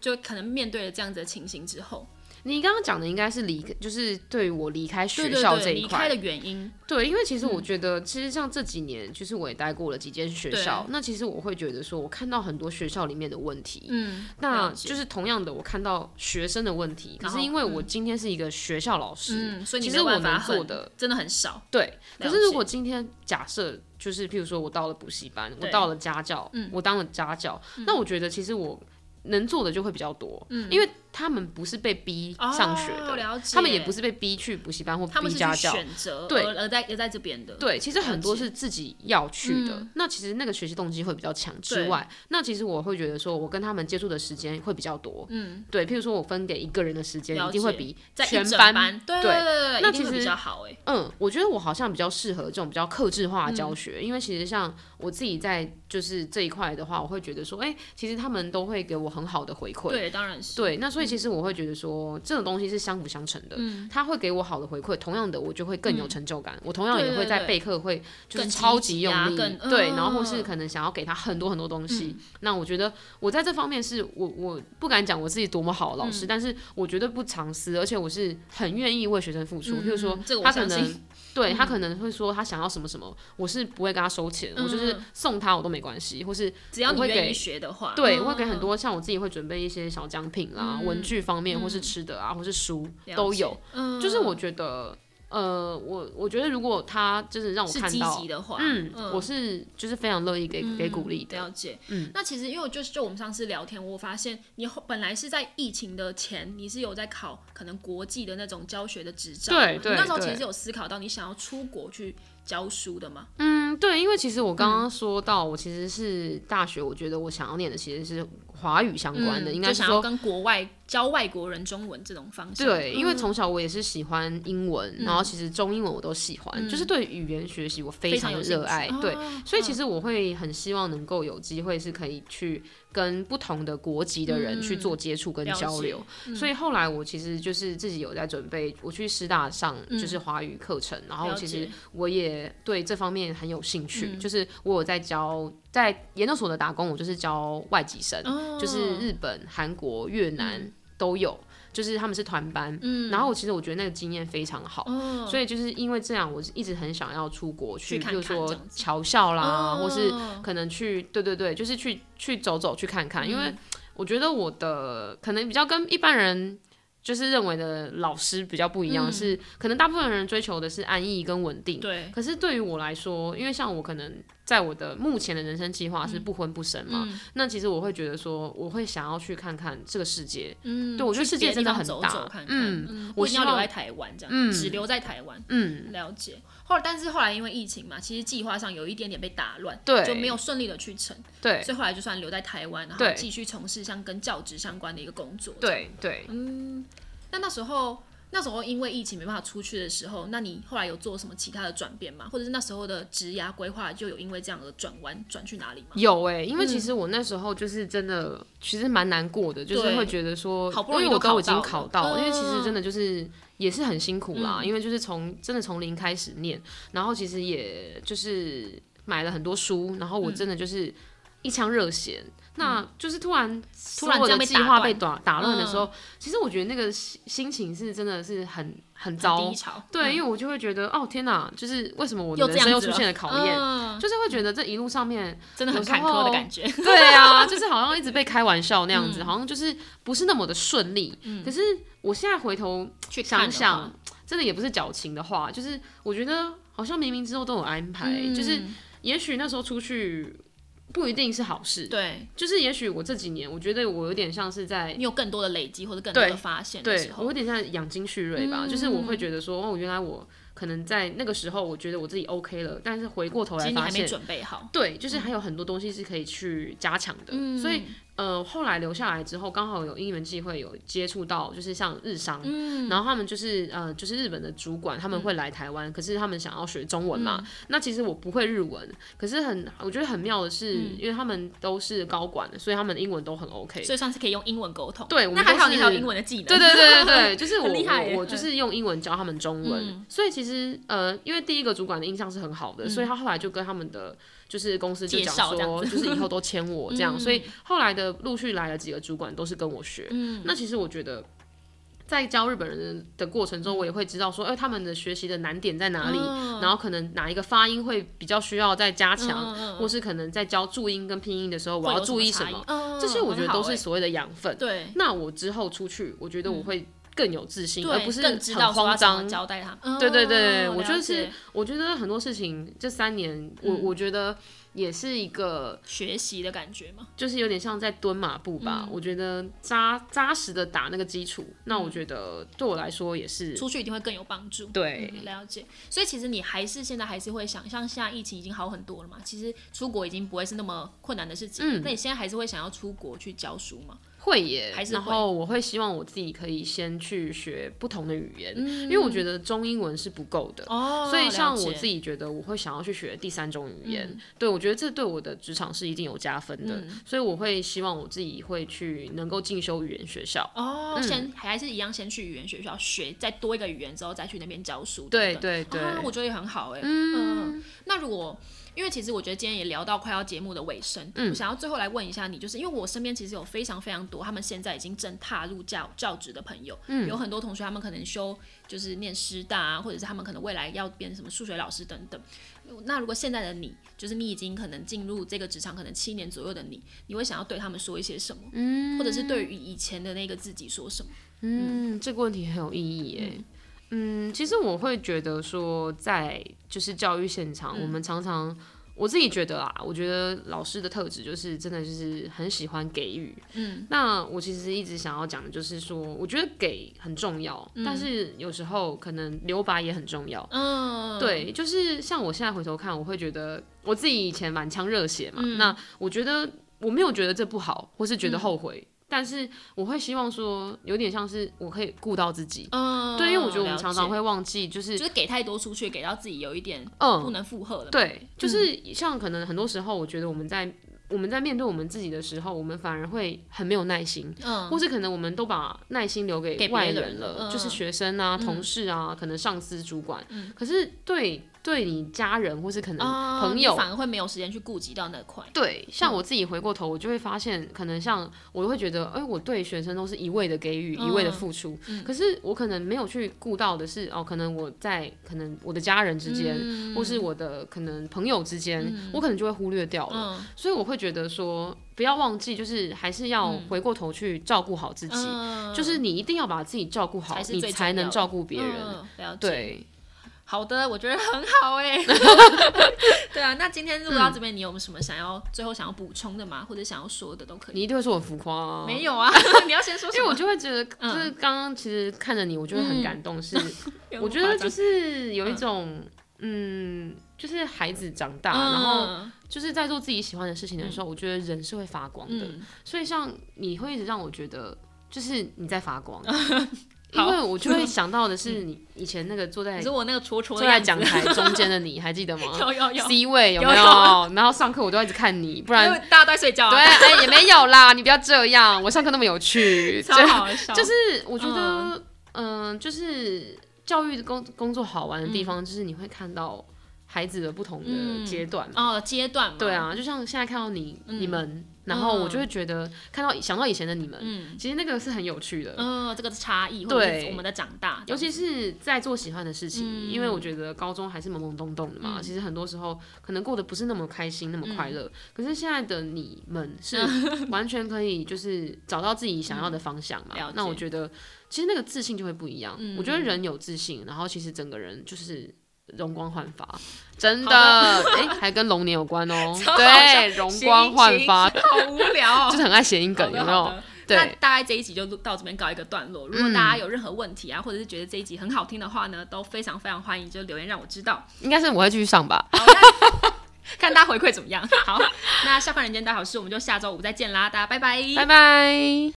A: 就可能面对了这样子的情形之后，
B: 你刚刚讲的应该是离，就是对于我离开
A: 对
B: 学
A: 对
B: 校这
A: 对，
B: 一
A: 离开嗯
B: 块
A: 的。原因，
B: 对，因为其实我觉得，其实像这几年，就是我也待过了几间学校，那其实我会觉得说，我看到很多学校里面的问题。
A: 嗯，
B: 那
A: 了解
B: 就是同样的，我看到学生的问题，可
A: 然
B: 是
A: 后
B: 因为我今天是一个学校老师，
A: 嗯，所以你
B: 其
A: 没有
B: 实我
A: 办
B: 能
A: 法
B: 做
A: 很
B: 的，
A: 真的很少。
B: 对。
A: 了
B: 可是如
A: 解
B: 果今天假设就是，譬如说我到了补习班，我
A: 对嗯
B: 到了家教，我当了家教，那我觉得其实我能做的就会比较多，因为他们不是被逼上学的，
A: 嗯哦了解
B: 他们也不是被逼去补习班或
A: 他们
B: 逼
A: 是
B: 家
A: 去
B: 教，
A: 选择，
B: 对
A: 而而在而在这边的，
B: 对，其实
A: 了
B: 很多
A: 解嗯
B: 是自己要去的。那其实那个学习动机会比较强之
A: 对
B: 外，那其实我会觉得说，我跟他们接触的时间会比较多。嗯，对，譬如说我分给一个人的时间，
A: 了
B: 一定会
A: 解
B: 比
A: 在一
B: 全
A: 整
B: 班。
A: 班，对
B: 对
A: 对对，
B: 那
A: 一定
B: 其
A: 会比
B: 实
A: 较好哎，
B: 嗯，我觉得我好像比较适合这种比较克制化的教
A: 嗯
B: 学，因为其实像我自己在就是这一块的话，我会觉得说，哎、其实他们都会给我很好的回馈。
A: 对，当然是，
B: 对，那所
A: 嗯
B: 以其实我会觉得说，这种东西是相辅相成的，他会给我好的回馈，同样的我就会更有成就感，我同样也
A: 嗯对
B: 会
A: 对
B: 在
A: 对
B: 备课会就是
A: 更
B: 超
A: 积
B: 级
A: 极
B: 用
A: 啊
B: 力，
A: 更
B: 对，然后或
A: 嗯
B: 是可能想要给他很多很多东西。那我觉得我在这方面是我我不敢讲我自己多么好的老
A: 嗯
B: 师，但是我绝对不藏私，而且我是很愿意为学生付出，譬如说
A: 嗯这个我
B: 他可
A: 相信嗯
B: 能。对他可能会说他想要什么什么，我是不会跟他收钱，我
A: 嗯
B: 就是送他我都没关系，或是
A: 只要
B: 我
A: 你
B: 会
A: 愿
B: 给
A: 意学的话，
B: 对，
A: 嗯
B: 我会给很多像我自己会准备一些小奖品啦，文具方面或是吃的啊，或是书
A: 嗯了
B: 都
A: 解
B: 有。
A: 嗯
B: 就是我觉得，呃，我我觉得如果他就是让我
A: 是
B: 看
A: 积
B: 到
A: 极，的话，
B: 嗯，我是就是非常乐意给给鼓励的。
A: 嗯了解，嗯，那其实因为我就是就我们上次聊天，我发现你后本来是在疫情的前，你是有在考可能国际的那种教学的执照嘛，
B: 对对
A: 你那时候其
B: 对
A: 实有思考到你想要出国去教书的嘛，
B: 嗯，对，因为其实我刚刚说到，我其实是大学，我觉得我想要念的其实是华语相关的，
A: 嗯
B: 应
A: 就
B: 该是
A: 想要
B: 说
A: 跟国外教外国人中文这种方向，
B: 对，因为从小我也是喜欢英文，然后其实中英文我都喜欢，就是对语言学习我非
A: 嗯非常
B: 常
A: 有
B: 的
A: 兴
B: 热
A: 趣
B: 爱。对，
A: 哦
B: 所以其实我会很希望能够有机会是可以去跟不同的国籍的人去做接触跟
A: 嗯了
B: 交
A: 解嗯
B: 流。所以后来我其实就是自己有在准备，我去师大上就是华语课程，然后
A: 嗯了
B: 其实
A: 解嗯
B: 我也对这方面很有兴趣，就是我有在教在研究所的打工，我就是教外籍生，
A: 哦
B: 就是日本、韩国、越南。
A: 嗯
B: 都有，就是他们是团班，然后我其实我觉得那个经验非常好，所以就是因为这样，我一直很想要出国去，
A: 哦去看
B: 比如
A: 看
B: 说
A: 这样子
B: 侨校啦，
A: 哦
B: 或是可能去，对对对，就是去去走走去看
A: 嗯
B: 看，因为我觉得我的可能比较跟一般人。就是认为的老师比较不一
A: 嗯
B: 样，是可能大部分人追求的是安逸跟稳定，
A: 对，
B: 可是对于我来说，因为像我可能在我的目前的人生计划
A: 嗯
B: 是不婚不生嘛，那其实我会觉得说，我会想要去看看这个世界。嗯，对我觉得世界真的很
A: 去别
B: 大。
A: 地方走走看看，
B: 嗯，
A: 嗯，
B: 我
A: 不一定要
B: 希望
A: 留在台湾这样，只留在台湾，嗯，了解。后来，但是后来因为疫情嘛，其实计划上有一点点被打乱，
B: 对
A: 就没有顺利的去成，
B: 对
A: 所以后来就算留在台湾，然后
B: 对
A: 继续从事像跟教职相关的一个工作。，
B: 对对，
A: 那那时候。那时候因为疫情没办法出去的时候，那你后来有做什么其他的转变吗？或者是那时候的职涯规划就有因为这样而转弯，转去哪里吗？
B: 有哎、因
A: 嗯
B: 为其实我那时候就是真的，其实蛮难过的，就是
A: 对
B: 会觉得说，
A: 好不容易
B: 因为我
A: 都考
B: 已经
A: 到
B: 考
A: 了
B: 到了，因为其实
A: 嗯
B: 真的就是也是很辛苦啦，因为就是从真的从零开始念，然后其实也就是买了很多书，然后我真的就是。一腔热血，
A: 嗯
B: 那就是突然
A: 突然这
B: 所有
A: 样
B: 的
A: 被
B: 计
A: 打
B: 划被
A: 断
B: 打打乱的时候，其实我觉得那个心心情是真的是很很
A: 很
B: 糟
A: 低。潮，嗯
B: 对，因为我就会觉得，哦天哪，就是为什么我
A: 又
B: 的人
A: 这
B: 生又
A: 样子
B: 出现了考验，
A: 嗯
B: 就是会觉得这一路上面
A: 真的
B: 有
A: 很
B: 时
A: 坎坷
B: 候
A: 的感觉。
B: 对啊，就是好像一直被开玩笑那样
A: 嗯
B: 子，好像就是不是那么的顺利。可是我现在回头
A: 去嗯看
B: 想
A: 的话
B: 想，真的也不是矫情的话，就是我觉得好像冥冥之中都有安排，
A: 嗯
B: 就是也许那时候出去不一定是好事，
A: 对
B: 就是也许我这几年，我觉得我有点像是在
A: 你有更多的累积或者更多
B: 对
A: 的发现的
B: 对
A: 时
B: 我
A: 候，嗯
B: 有点像养精蓄锐吧，就是我会觉得说，哦，原来我可能在那个时候，我觉得我自己 OK 了，但是回过头
A: 其
B: 来
A: 实你
B: 发
A: 还没
B: 现。
A: 准备好。
B: 对，就是还有很多东西是可以去加强的，
A: 嗯
B: 所以呃，后来留下来之后，刚好有因缘际会有接触到，就是像日商，
A: 嗯
B: 然后他们就是呃，就是日本的主管，他们会来台湾，可是他们想要学中文
A: 嗯
B: 嘛。那其实我不会日文，可是很我觉得很妙的是，因为他们都是高管，所以他们的英文都很 OK。
A: 嗯所以算是可以用英文沟通。
B: 对我们
A: 那还
B: 都
A: 好你还有
B: 是
A: 英文的技能。
B: 对对对 对对，就是我
A: 很厉害耶嗯
B: 我我就是用英文教他们中文，所以其实呃，因为第一个主管的印象是很好的，所以他后来就跟他们的就是公司就讲
A: 介绍这样嗯
B: 说，就是以后都签我这 样，所以后来的陆续来了几个主管都是跟我学，
A: 嗯
B: 那其实我觉得。在教日本人的过程中，我也会知道说，哎、他们的学习的难点在哪里，
A: 嗯
B: 然后可能哪一个发音会比较需要再加强，或是可能在教注音跟拼音的时候，我
A: 嗯会
B: 要
A: 有
B: 注意什
A: 差
B: 么
A: 异，嗯
B: 这些我觉得都
A: 很好
B: 是
A: 欸
B: 所谓的养分。
A: 对
B: 那我之后出去，我觉得我会更有自信，
A: 嗯对，
B: 而不是
A: 更知道
B: 很
A: 说
B: 慌
A: 要怎么
B: 张。
A: 交代他们。
B: 对对对，
A: 哦
B: 我觉得
A: 了
B: 是
A: 解，嗯
B: 我觉得很多事情这三年，我我觉得也是一个，
A: 学习的感觉嘛。
B: 就是有点像在蹲马步
A: 嗯
B: 吧。我觉得扎扎实的打那个基础，那我觉
A: 嗯
B: 得对我来说也是
A: 出去一定会更有帮助。
B: 对
A: 嗯了解。所以其实你还是现在还是会想，像现在疫情已经好很多了嘛，其实出国已经不会是那么困难的事情。
B: 嗯
A: 那你现在还是会想要出国去教书吗？
B: 会耶
A: 还。是
B: 然
A: 会
B: 后我会希望我自己可以先去学不同的语言，
A: 嗯
B: 因为我觉得中英文是不够的。
A: 哦
B: 所以像我自
A: 己，
B: 己觉得，我会想要去学第三种语
A: 嗯
B: 言，对我觉得这对我的职场是一定有加分的，所以我会希望我自己会去能够进修语言学校。嗯
A: 哦，先还是一样，先去语言学校学，再多一个语言之后，再去那边教书。
B: 对
A: 不
B: 对对，
A: 啊，我觉得也很好哎、嗯、那如果因为其实我觉得今天也聊到快要节目的尾声，
B: 嗯
A: 我想要最后来问一下你，就是因为我身边其实有非常非常多他们现在已经正踏入教教职的朋友，
B: 嗯
A: 有很多同学他们可能修就是念师大啊，或者是他们可能未来要变什么数学老师等等。那如果现在的你，就是你已经可能进入这个职场可能七年左右的你，你会想要对他们说一些什么？嗯，或者是对于以前的那个自己说什么？
B: 嗯，这个问题很有意义耶。嗯，其实我会觉得说，在就是教育现场，我们常常我自己觉得啊，我觉得老师的特质就是真的就是很喜欢给予。嗯，那我其实一直想要讲的就是说，我觉得给很重要，但是有时候可能留白也很重要。
A: 嗯，
B: 对，就是像我现在回头看，我会觉得我自己以前满腔热血嘛，
A: 嗯
B: 那我觉得我没有觉得这不好，或是觉得后悔，但是我会希望说，有点像是我可以顾到自己。
A: 嗯，
B: 对，因为我觉得我们
A: 了
B: 常常
A: 解
B: 会忘记，就是
A: 就是给太多出去，给到自己有一点不
B: 嗯，
A: 能嗯负荷了。，
B: 对，就是像可能很多时候，我觉得我们在我们在面对我们自己的时候，我们反而会很没有耐心，
A: 嗯，
B: 或是可能我们都把耐心留
A: 给
B: 给
A: 别
B: 外
A: 人
B: 人了，
A: 了
B: 就是
A: 嗯
B: 学生啊、同事啊，可能上司、主管。可是对对你家人或是可能
A: 啊
B: 朋
A: 你
B: 友，
A: 反而会嗯没有时间去顾及到那块。
B: 对，像我自己回过头，我就会发现，可能像我会觉得，哎、我对学生都是一味的给予，
A: 嗯
B: 一味的付出，可是我可能没有去顾到的是，哦，可能我在可能我的家人之间，
A: 嗯
B: 或是我的可能朋友之间，我可能就会忽略掉
A: 嗯
B: 了。所以我会觉得说，不要忘记，就是还是要
A: 嗯
B: 回过头去照顾好自己，就是你一定要把自己照顾好
A: 才，是
B: 你
A: 最
B: 才
A: 重
B: 能
A: 要
B: 照
A: 的
B: 顾别人。
A: 嗯、了解。
B: 对，
A: 好的，我觉得很好 哎、对啊，那今天录到这边，你有什么想要最后想要补充的吗？或者想要说的都可以。
B: 你一定会说我浮夸、啊，
A: 没有嗯啊， 你要先说什
B: 因为
A: 么
B: 我？就会觉得，就是刚刚其实看着你，我就会很感动，是
A: 不要那么
B: 我觉得
A: 嗯夸
B: 就
A: 张
B: 是有一种，嗯，就是孩子长大，然后
A: 嗯
B: 就是在做自己喜欢的事情的时候，我觉得人是会发光的。
A: 嗯
B: 所以像你会一直让我觉得，就是你在 发光，因为我就会想到的是你以前那个坐在
A: 嗯可是我那个戳戳的
B: 坐在
A: 样子
B: 讲台中间的你，还记得吗
A: 有有有，
B: ？C 位有没
A: 有
B: 有？ 然后上课我都要一直 看你，不
A: 因
B: 然
A: 为大家都在睡觉、
B: 对，
A: 啊，
B: 哎也没有啦，你不要这样，我上课那么有趣，这
A: 超好笑。
B: 就是我觉嗯
A: 嗯
B: 得，嗯、就是教育的工工作好玩的地方，就是你会看到孩子的不同的阶段嘛。
A: 哦，阶段嘛，
B: 对，啊，就像现在看到你、
A: 嗯
B: 你们，然后我就会觉得看到想到以前的你们，其实那个是很有趣的。
A: 嗯，这个差异，或者
B: 对
A: 是我们的长大，
B: 尤其是在做喜欢的事情，因为
A: 嗯
B: 我觉得高中还是懵懵懂懂的嘛，其实很多时候可能过得不是那么开心、那么
A: 嗯
B: 快乐。可是现在的你们 是完全可以就是找到自己想要的方向嘛
A: 嗯了解。嗯
B: 那我觉得其实那个自信就会不一样。我觉得人有自信，然后其实整个人就是。容光焕发，真的，哎、还跟龙年有关 哦、
A: 超好笑
B: 对，容光焕发，
A: 行，行好无聊、哦，
B: 就是很爱谐音梗，有没
A: 好的？好
B: 有？
A: 的
B: 对
A: 那大概这一集就录到这边告一个段落。如果大家有任何问题啊，或者是觉得这一集很好听的话呢，都非常非常欢迎就留言让我知道，
B: 应该是我会继续上吧。
A: 好那看大家回馈怎么样。好，那下饭人间大好事，我们就下周五再见啦，大家拜拜，
B: 拜拜。